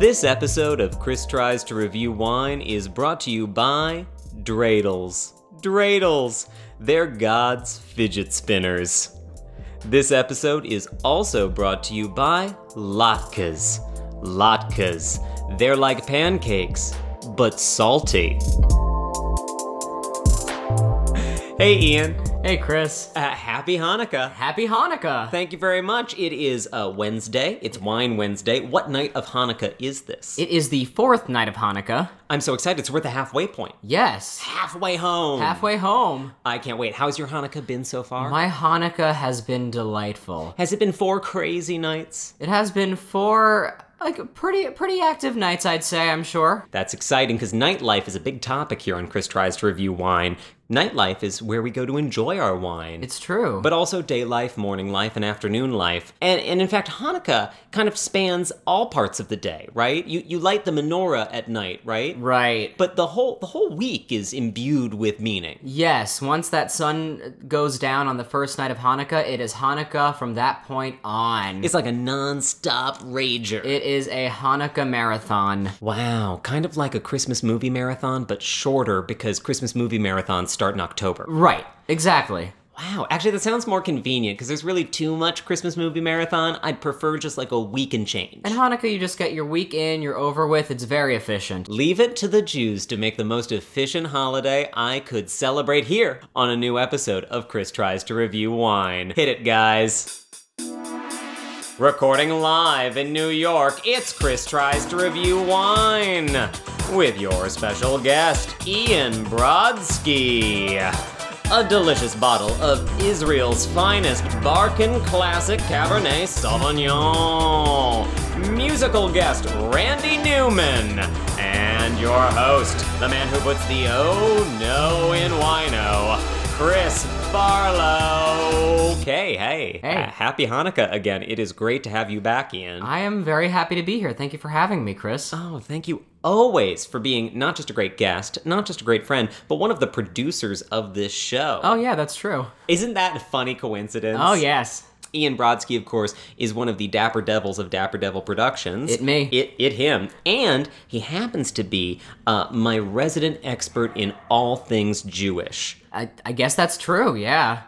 This episode of Chris Tries to Review Wine is brought to you by Dreidels. Dreidels! They're God's fidget spinners. This episode is also brought to you by Latkes. Latkes. They're like pancakes, but salty. Hey, Ian. Hey, Chris. Uh, happy Hanukkah. Happy Hanukkah. Thank you very much. It is uh, Wednesday. It's Wine Wednesday. What night of Hanukkah is this? It is the fourth night of Hanukkah. I'm so excited. It's worth the halfway point. Yes. Halfway home. Halfway home. I can't wait. How's your Hanukkah been so far? My Hanukkah has been delightful. Has it been four crazy nights? It has been four like pretty pretty active nights, I'd say, I'm sure. That's exciting because nightlife is a big topic here on Chris Tries to Review Wine. Nightlife is where we go to enjoy our wine. It's true. but also day life, morning life, and afternoon life. And, and in fact, Hanukkah kind of spans all parts of the day, right? You, you light the menorah at night, right? right. But the whole the whole week is imbued with meaning. Yes, once that sun goes down on the first night of Hanukkah, it is Hanukkah from that point on. It's like a non-stop rager. it is a Hanukkah marathon. wow, kind of like a Christmas movie marathon, but shorter because Christmas movie marathons start in October. Right. Exactly. Wow, actually that sounds more convenient because there's really too much Christmas movie marathon. I'd prefer just like a week and change. And Hanukkah, you just get your week in, you're over with, it's very efficient. Leave it to the Jews to make the most efficient holiday I could celebrate here on a new episode of Chris Tries to Review Wine. Hit it, guys. Recording live in New York, it's Chris Tries to Review Wine with your special guest, Ian Brodsky. A delicious bottle of Israel's finest Barkin Classic Cabernet Sauvignon. Musical guest Randy Newman. And your host, the man who puts the oh no in wino, Chris Barlow. Okay, hey. Hey. Uh, happy Hanukkah again. It is great to have you back, Ian. I am very happy to be here. Thank you for having me, Chris. Oh, thank you always for being not just a great guest, not just a great friend, but one of the producers of this show. Oh, yeah, that's true. Isn't that a funny coincidence? Oh, yes. Ian Brodsky, of course, is one of the Dapper Devils of Dapper Devil Productions. It me. It, it him. And he happens to be uh, my resident expert in all things Jewish. I, I guess that's true, yeah.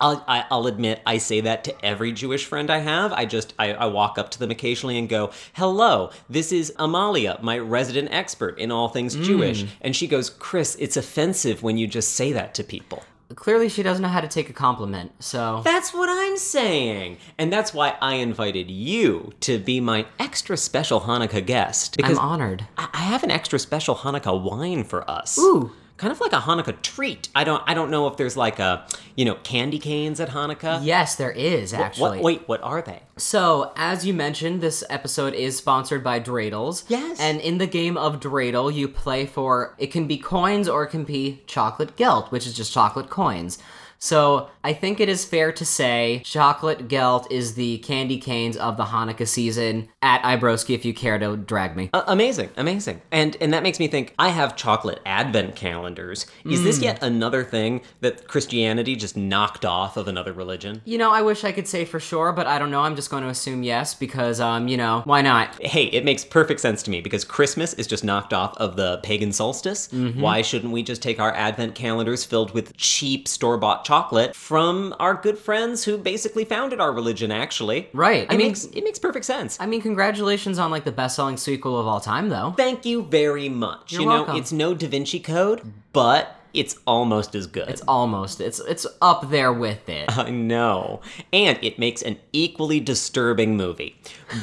I'll, I, I'll admit, I say that to every Jewish friend I have. I just, I, I walk up to them occasionally and go, hello, this is Amalia, my resident expert in all Hmm. things Jewish. And she goes, Chris, it's offensive when you just say that to people. Clearly, she doesn't know how to take a compliment, so. That's what I'm saying. And that's why I invited you to be my extra special Hanukkah guest. Because I'm honored. I I have an extra special Hanukkah wine for us. Ooh. Kind of like a Hanukkah treat. I don't I don't know if there's like a, you know, candy canes at Hanukkah. Yes, there is, actually. What wait, what are they? So, as you mentioned, this episode is sponsored by Dreidels. Yes. And in the game of Dreidel, you play for it can be coins or it can be chocolate gelt, which is just chocolate coins. So, I think it is fair to say chocolate gelt is the candy canes of the Hanukkah season. At Ibroski, if you care to drag me. A- Uh, amazing, amazing. And and that makes me think I have chocolate advent calendars. Is Hmm. this yet another thing that Christianity just knocked off of another religion? You know, I wish I could say for sure, but I don't know. I'm just going to assume yes because, um, you know, why not? hey, it makes perfect sense to me because Christmas is just knocked off of the pagan solstice. Mm-hmm. Why shouldn't we just take our advent calendars filled with cheap store bought chocolate from our good friends who basically founded our religion, actually? Right. It, I mean, makes, it makes perfect sense. I mean, congratulations on like the best-selling sequel of all time, though. Thank you very much. You're you know, welcome. it's no Da Vinci Code, but it's almost as good. It's almost. It's it's up there with it. I know. And it makes an equally disturbing movie.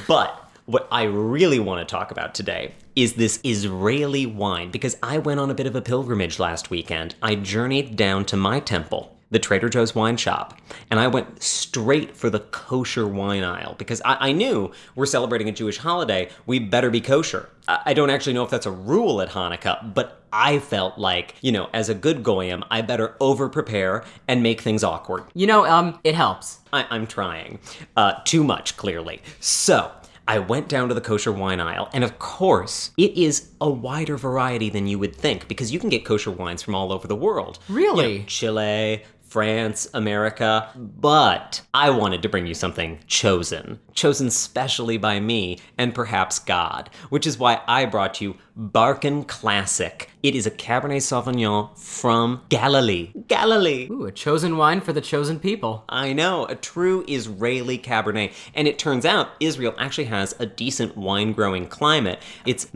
But what I really want to talk about today is this Israeli wine because I went on a bit of a pilgrimage last weekend. I journeyed down to my temple. The Trader Joe's wine shop, and I went straight for the kosher wine aisle because I, I knew we're celebrating a Jewish holiday. We better be kosher. I, I don't actually know if that's a rule at Hanukkah, but I felt like, you know, as a good goyim, I better over prepare and make things awkward. You know, um, it helps. I- I'm trying. Uh, too much, clearly. So, I went down to the kosher wine aisle, and of course, it is a wider variety than you would think because you can get kosher wines from all over the world. Really? Chile, France, America. But I wanted to bring you something chosen, chosen specially by me and perhaps God, which is why I brought you Barkin Classic. It is a Cabernet Sauvignon from Galilee. Galilee! Ooh, a chosen wine for the chosen people. I know, a true Israeli Cabernet. And it turns out Israel actually has a decent wine growing climate. It's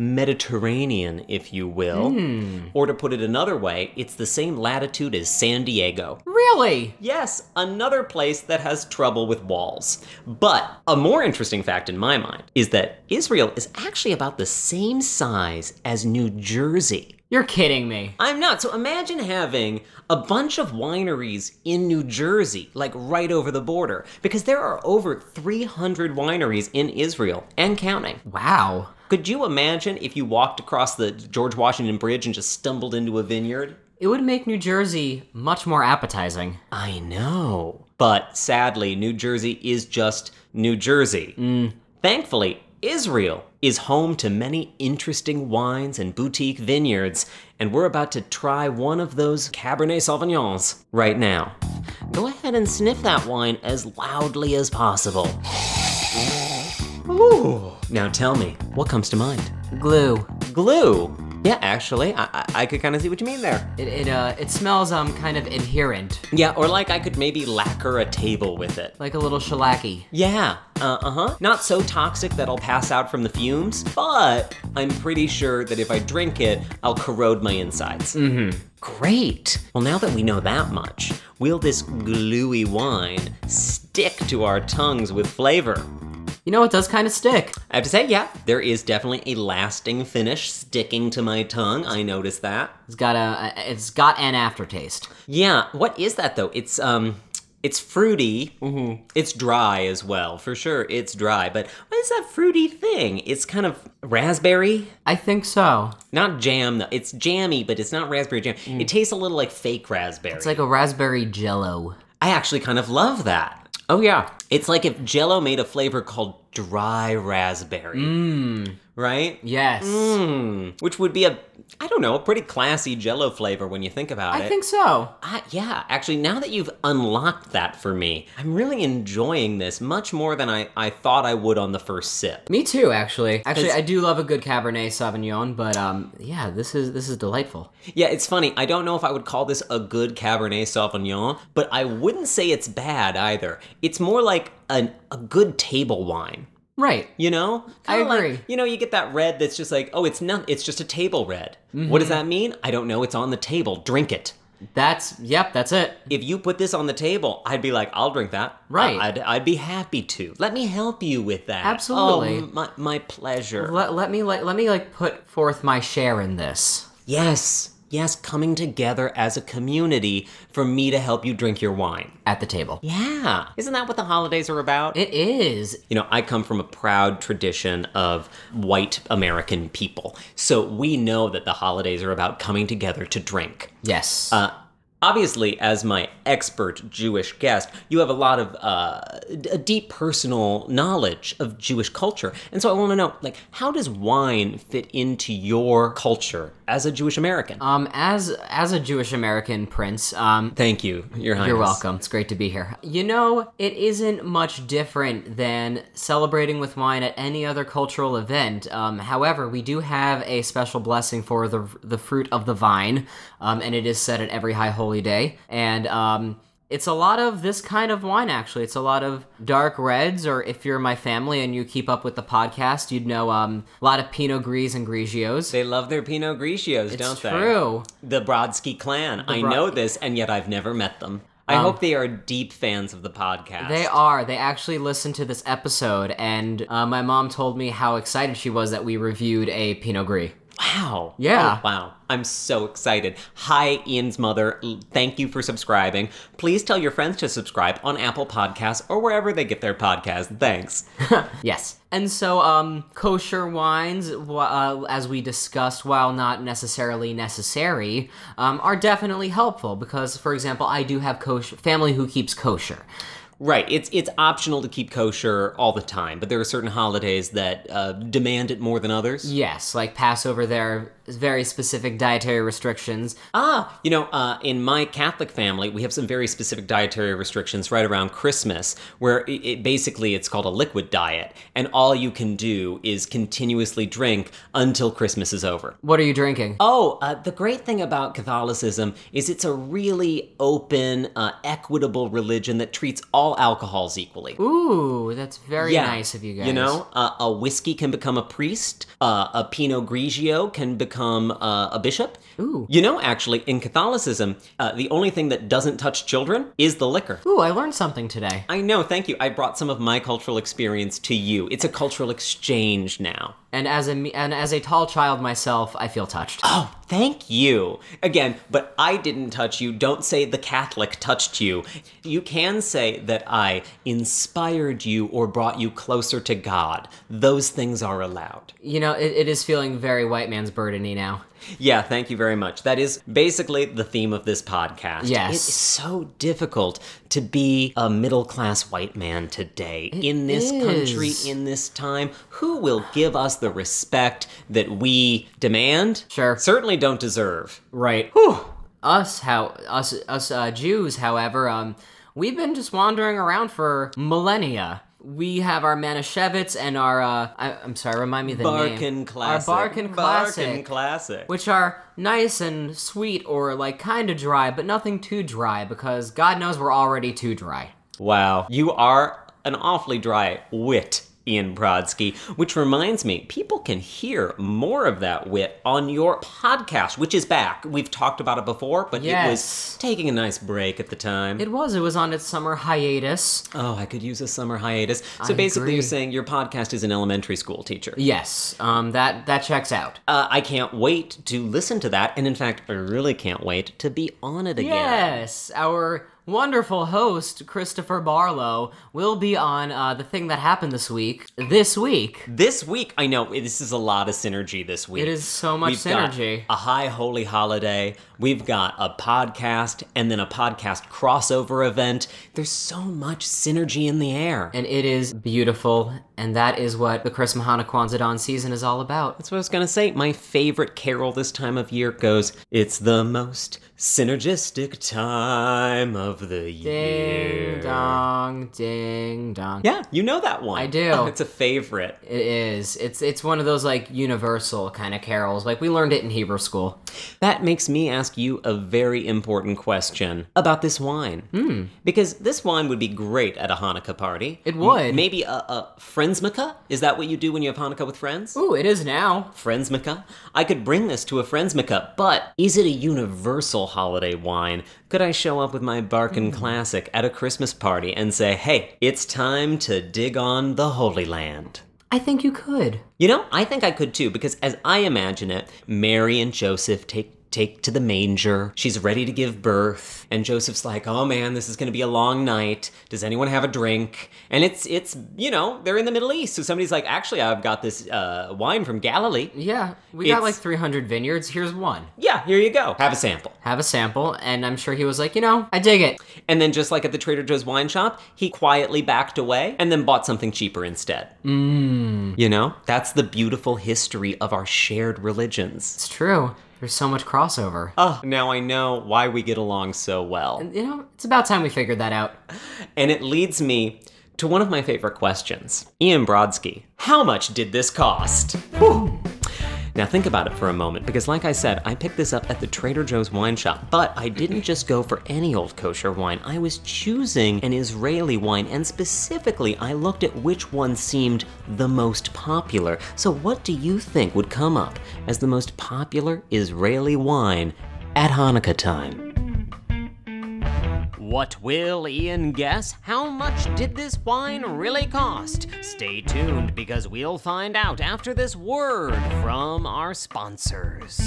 Mediterranean, if you will. Or to put it another way, it's the same latitude as San Diego. Really? Yes, another place that has trouble with walls. But a more interesting fact in my mind is that Israel is actually about the same size as New Jersey. You're kidding me. I'm not. So imagine having a bunch of wineries in New Jersey, like right over the border, because there are over 300 wineries in Israel and counting. Wow. Could you imagine if you walked across the George Washington Bridge and just stumbled into a vineyard? It would make New Jersey much more appetizing. I know. But sadly, New Jersey is just New Jersey. Thankfully, Israel is home to many interesting wines and boutique vineyards, and we're about to try one of those Cabernet Sauvignons right now. Go ahead and sniff that wine as loudly as possible. Ooh. Now tell me, what comes to mind? Glue. Glue. Yeah, actually, I, I, I could kind of see what you mean there. It it uh it smells um kind of adherent, Yeah, or like I could maybe lacquer a table with it. like a little shellacky. Yeah, uh huh. Not so toxic that I'll pass out from the fumes, but I'm pretty sure that if I drink it, I'll corrode my insides. Mm hmm. Great! Well, now that we know that much, will this gluey wine stick to our tongues with flavor? You know, it does kind of stick. I have to say, yeah, there is definitely a lasting finish sticking to my tongue. I noticed that. It's got a, a it's got an aftertaste. Yeah, what is that though? It's um it's fruity. Mm-hmm. It's dry as well, for sure. It's dry, but what is that fruity thing? It's kind of raspberry, I think so. not jam though. It's jammy, but it's not raspberry jam. It tastes a little Mm. like fake raspberry. It's like a raspberry jello. I actually kind of love that. Oh yeah, it's like if Jello made a flavor called dry raspberry, right? Yes. Mm, which would be a, I don't know, a pretty classy Jello flavor when you think about it. I think so. I, yeah, actually, now that you've unlocked that for me, I'm really enjoying this much more than I, I thought I would on the first sip. Me too, actually. Actually, I do love a good Cabernet Sauvignon, but um, yeah, this is this is delightful. Yeah, it's funny. I don't know if I would call this a good Cabernet Sauvignon, but I wouldn't say it's bad either. It's more like an, a good table wine. Right. You know, I Kinda like- agree. you know, you get that red that's just like, oh, it's not. It's just a table red. What Mm-hmm. does that mean? I don't know. It's on the table. Drink it. That's yep. That's it. if you put this on the table, I'd be like, I'll drink that. Right. I- I'd, I'd be happy to. Let me help you with that. Absolutely. Oh, my, my pleasure. Let, let me like let me like put forth my share in this. yes. Yes, coming together as a community for me to help you drink your wine. at the table. Yeah. Isn't that what the holidays are about? It is. You know, I come from a proud tradition of white American people. So we know that the holidays are about coming together to drink. Yes. Uh, obviously, as my expert Jewish guest, you have a lot of uh, d- a deep personal knowledge of Jewish culture, and so I want to know, like, how does wine fit into your culture as a Jewish American? um, as as a Jewish American prince, um, Thank you, Your Highness. you're welcome. It's great to be here. You know, it isn't much different than celebrating with wine at any other cultural event. Um, however, we do have a special blessing for the the fruit of the vine, um, and it is said at every high holy day. And um, it's a lot of this kind of wine, actually. It's a lot of dark reds, or if you're my family and you keep up with the podcast, you'd know um, a lot of Pinot Gris and Grigios. They love their Pinot Grigios, don't It's they? true. The Brodsky clan. I Brod- Um, know this, and yet I've never met them. I hope they are deep fans of the podcast. They are. They actually listened to this episode, and uh, my mom told me how excited she was that we reviewed a Pinot Gris. Wow. Yeah. Oh, wow. I'm so excited. Hi, Ian's mother. L- Thank you for subscribing. Please tell your friends to subscribe on Apple Podcasts or wherever they get their podcasts. Thanks. Yes. And so, um, kosher wines, wh- uh, as we discussed, while not necessarily necessary, um, are definitely helpful because, for example, I do have kosher family who keeps kosher. Right. It's it's optional to keep kosher all the time, but there are certain holidays that uh, demand it more than others. Yes, like Passover, there are very specific dietary restrictions. Ah, you know, uh, in my Catholic family, we have some very specific dietary restrictions right around Christmas, where it, it basically it's called a liquid diet, and all you can do is continuously drink until Christmas is over. What are you drinking? Oh, uh, the great thing about Catholicism is it's a really open, uh, equitable religion that treats all alcohols equally. Ooh, that's very nice of you guys. You know, uh, a whiskey can become a priest. Uh, a Pinot Grigio can become uh, a bishop. Ooh. You know, actually, in Catholicism, uh, the only thing that doesn't touch children is the liquor. Ooh, I learned something today. I know, thank you. I brought some of my cultural experience to you. It's a cultural exchange now. And as a me- and as a tall child myself, I feel touched. Oh, thank you. Again, but I didn't touch you. Don't say the Catholic touched you. You can say that I inspired you or brought you closer to God. Those things are allowed. You know, it, it is feeling very white man's burdeny now. Yeah, thank you very much. That is basically the theme of this podcast. Yes. It is so difficult to be a middle class white man today in this country, is. in this time. Who will give us the respect that we demand? Sure. Certainly don't deserve. Right. Whew. Us how us us uh, Jews, however, um, we've been just wandering around for millennia. We have our Manischewitz and our uh, I, I'm sorry, remind me the name. Barkin classic. Our Barkin Barkin classic, classic. which are nice and sweet or like kind of dry, but nothing too dry because God knows we're already too dry. Wow. You are an awfully dry wit, Ian Brodsky, which reminds me, people can hear more of that wit on your podcast, which is back. We've talked about it before, but it was Yes. taking a nice break at the time. It was it was on its summer hiatus. oh, I could use a summer hiatus. So I basically, agree. you're saying your podcast is an elementary school teacher. Yes, um, that that checks out. Uh, I can't wait to listen to that. And in fact, I really can't wait to be on it again. Yes, our wonderful host Christopher Barlow will be on uh, the thing that happened this week. This week, This week, I know this is a lot of synergy this week. it is so much got synergy. a high holy holiday. We've got a podcast and then a podcast crossover event. There's so much synergy in the air. and it is beautiful, and that is what the Chris Mahana Kwanzaa Dawn season is all about. That's what I was going to say. My favorite carol this time of year goes, It's the most synergistic time of the year. Ding dong, ding dong. Yeah, you know that one. I do. it's a favorite. It is. It's it's one of those like universal kind of carols. Like we learned it in Hebrew school. That makes me ask you a very important question about this wine. Because this wine would be great at a Hanukkah party. Hmm. It would. M- Maybe a, a friendsmaka? Is that what you do when you have Hanukkah with friends? Ooh, it is now. Friendsmaka? I could bring this to a friendsmaka, but is it a universal holiday wine? Could I show up with my Barkin Hmm. Classic at a Christmas party and say, hey, it's time to dig on the Holy Land? I think you could. You know, I think I could too, because as I imagine it, Mary and Joseph take take to the manger. She's ready to give birth, and Joseph's like, "Oh man, this is going to be a long night. Does anyone have a drink?" And it's it's you know they're in the Middle East, so somebody's like, "Actually, I've got this uh, wine from Galilee. Yeah, we got It's- like 300 vineyards. Here's one. Yeah, here you go. Have a sample." have a sample, and I'm sure he was like, you know, I dig it. And then just like at the Trader Joe's wine shop, he quietly backed away and then bought something cheaper instead. You know, that's the beautiful history of our shared religions. It's true. There's so much crossover. Oh, now I know why we get along so well. You know, it's about time we figured that out. And it leads me to one of my favorite questions. Ian Brodsky, how much did this cost? Whew. Now think about it for a moment, because like I said, I picked this up at the Trader Joe's wine shop, but I didn't just go for any old kosher wine. I was choosing an Israeli wine, and specifically, I looked at which one seemed the most popular. So, what do you think would come up as the most popular Israeli wine at Hanukkah time? What will Ian guess? How much did this wine really cost? Stay tuned because we'll find out after this word from our sponsors.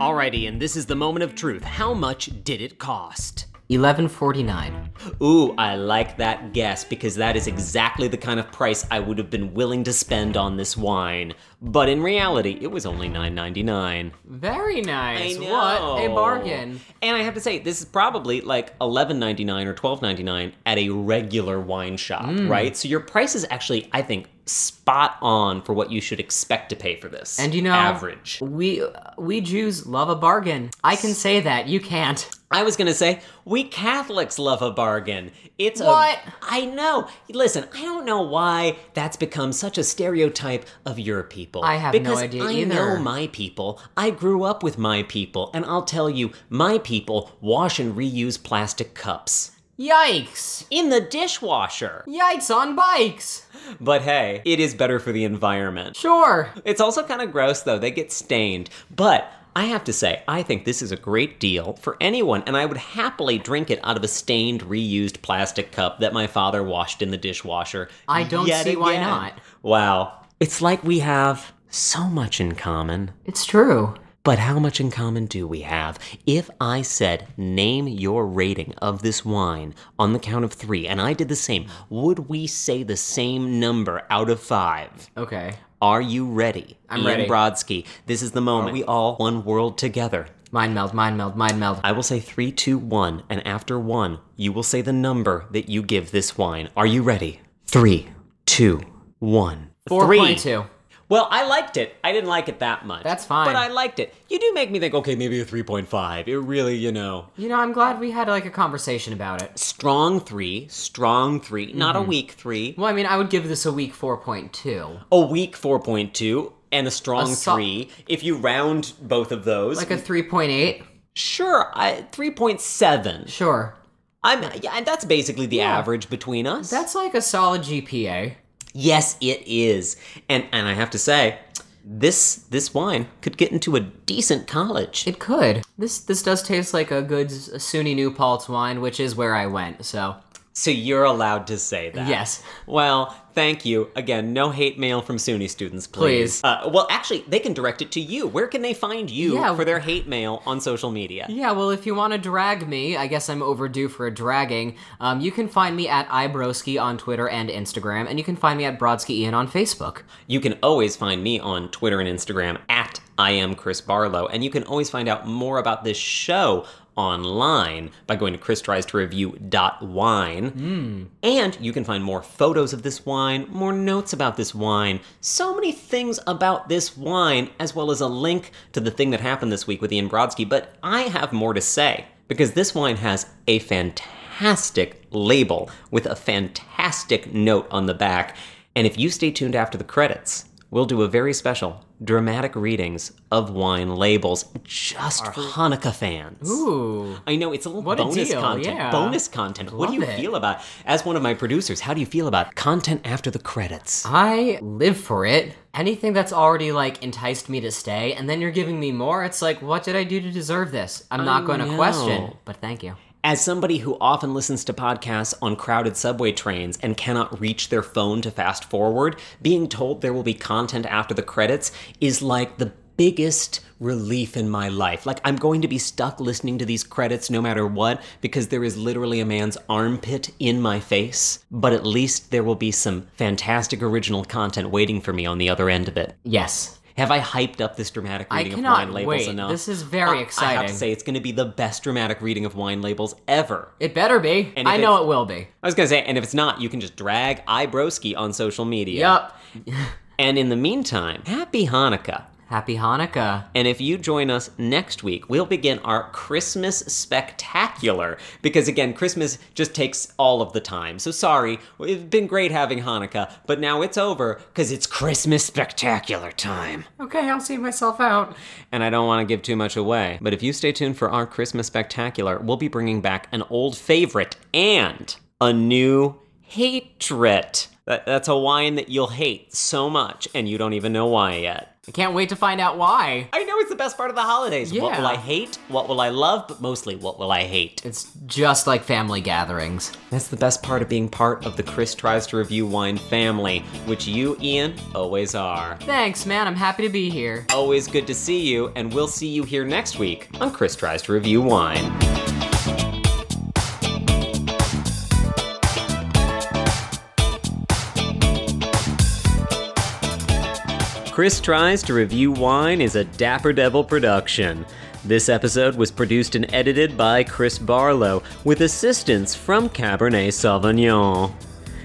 Alright, Ian, this is the moment of truth. How much did it cost? 1149. Ooh, I like that guess because that is exactly the kind of price I would have been willing to spend on this wine. But in reality, it was only $9.99. Very nice. I What a know. bargain. And I have to say, this is probably like $11.99 or $12.99 at a regular wine shop, Mm. right? So your price is actually, I think, spot on for what you should expect to pay for this. And you know, average. We we Jews love a bargain. I can say that. You can't. I was gonna say we Catholics love a bargain. It's What? A, I know. Listen, I don't know why that's become such a stereotype of your people. I have no because idea I either. know my people. I grew up with my people, and I'll tell you, my people wash and reuse plastic cups Yikes. in the dishwasher. Yikes on bikes. But hey, it is better for the environment. Sure. It's also kind of gross though. They get stained. But I have to say, I think this is a great deal for anyone, and I would happily drink it out of a stained, reused plastic cup that my father washed in the dishwasher. I don't yet see why again. not. Wow. It's like we have so much in common. It's true. But how much in common do we have? If I said, name your rating of this wine on the count of three, and I did the same, would we say the same number out of five? Okay. Are you ready? I'm Ian ready. Brodsky, this is the moment. we all one world together? Mind meld, mind meld, mind meld. I will say three, two, one, and after one, you will say the number that you give this wine. Are you ready? Three, two, one. Three. 4.2. Well, I liked it. I didn't like it that much. That's fine. But I liked it. You do make me think, okay, maybe a 3.5. It really, you know. You know, I'm glad we had like a conversation about it. Strong three, strong 3 not a Mm-hmm. weak three. Well, I mean, I would give this a week 4.2. A weak 4.2 and a strong so- three. If you round both of those, Like a 3.8? Sure, I, 3.7. Sure. I'm yeah, that's basically the average between us. That's like a solid GPA. yes, it is. And and I have to say, this this wine could get into a decent college. It could. This this does taste like a good S- SUNY New Paltz wine, which is where I went. So, So you're allowed to say that. yes. Well, thank you. Again, no hate mail from SUNY students, please. Please. Uh, well, actually, they can direct it to you. Where can they find you Yeah. for their hate mail on social media? Yeah, well, if you want to drag me, I guess I'm overdue for a dragging. Um, you can find me at Ibroski on Twitter and Instagram, and you can find me at Brodsky Ian on Facebook. You can always find me on Twitter and Instagram at I am Chris Barlow, and you can always find out more about this show online by going to christriestoreview.wine. And you can find more photos of this wine, more notes about this wine, so many things about this wine, as well as a link to the thing that happened this week with Ian Brodsky. But I have more to say because this wine has a fantastic label with a fantastic note on the back. And if you stay tuned after the credits, we'll do a very special dramatic readings of wine labels just for Hanukkah fans. Ooh. I know it's a little a bonus deal, content. yeah. Bonus content. what do you Love it. feel about? As one of my producers, how do you feel about content after the credits? I live for it. Anything that's already like enticed me to stay, and then you're giving me more, it's like, what did I do to deserve this? I'm not going to know. question, but thank you. As somebody who often listens to podcasts on crowded subway trains and cannot reach their phone to fast forward, being told there will be content after the credits is like the biggest relief in my life. Like I'm going to be stuck listening to these credits no matter what because there is literally a man's armpit in my face, but at least there will be some fantastic original content waiting for me on the other end of it. Yes. Have I hyped up this dramatic reading of cannot wine labels wait. enough? This is very I- I have exciting. to say, it's going to be the best dramatic reading of wine labels ever. It better be. if I know it's- it will be. I was going to say, and if it's not, you can just drag Ibroski on social media. Yup. And in the meantime, happy Hanukkah. Happy Hanukkah. And if you join us next week, we'll begin our Christmas spectacular. Because again, Christmas just takes all of the time. So sorry, it's been great having Hanukkah, but now it's over because it's Christmas spectacular time. Okay, I'll see myself out. And I don't want to give too much away, but if you stay tuned for our Christmas spectacular, we'll be bringing back an old favorite and a new hatred. That, that's a wine that you'll hate so much and you don't even know why yet. I can't wait to find out why. I know it's the best part of the holidays. What Yeah. will I hate? What will I love? But mostly, what will I hate? It's just like family gatherings. That's the best part of being part of the Chris Tries to Review Wine family, which you, Ian, always are. Thanks, man. I'm happy to be here. Always good to see you, and we'll see you here next week on Chris Tries to Review Wine. Chris Tries to Review Wine is a Dapper Devil production. This episode was produced and edited by Chris Barlow with assistance from Cabernet Sauvignon.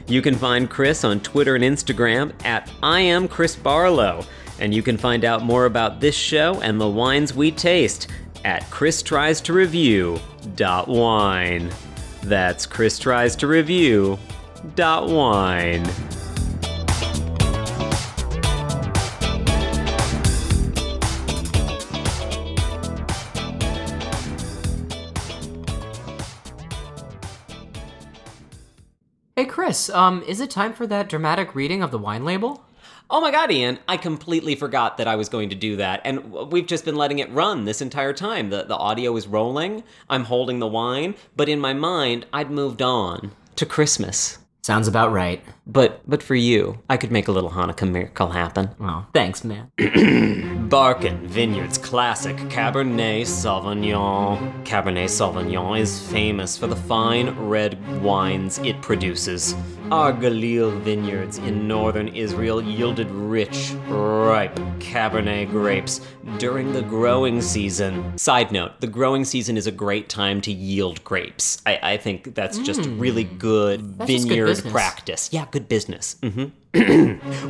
You can find Chris on Twitter and Instagram at I am Chris Barlow, and you can find out more about this show and the wines we taste at Chris Tries to Review dot wine. That's Chris Tries to Review dot wine. Hey Chris, um, is it time for that dramatic reading of the wine label? Oh my god, Ian, I completely forgot that I was going to do that. And w- we've just been letting it run this entire time. The the audio is rolling. I'm holding the wine, but in my mind, I'd moved on to Christmas. Sounds about right. But but for you, I could make a little Hanukkah miracle happen. Well, thanks, man. Barkin Vineyards classic Cabernet Sauvignon. Cabernet Sauvignon is famous for the fine red wines it produces. Our Galil vineyards in northern Israel yielded rich, ripe Cabernet grapes during the growing season. Side note, the growing season is a great time to yield grapes. I, I think that's just really Mm. good just good vineyard business. practice. Yeah, good business. hmm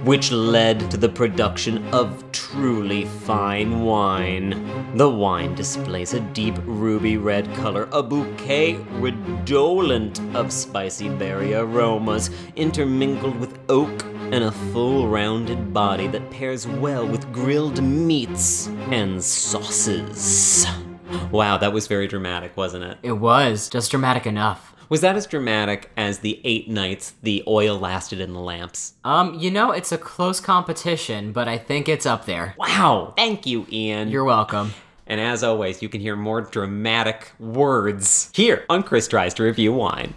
which led to the production of truly fine wine. The wine displays a deep ruby red color, a bouquet redolent of spicy berry aromas, intermingled with oak and a full rounded body that pairs well with grilled meats and sauces. Wow, that was very dramatic, wasn't it? It was just dramatic enough. Was that as dramatic as the eight nights the oil lasted in the lamps? Um, you know, it's a close competition, but I think it's up there. Wow! Thank you, Ian. You're welcome. And as always, you can hear more dramatic words here on Chris Tries to Review Wine.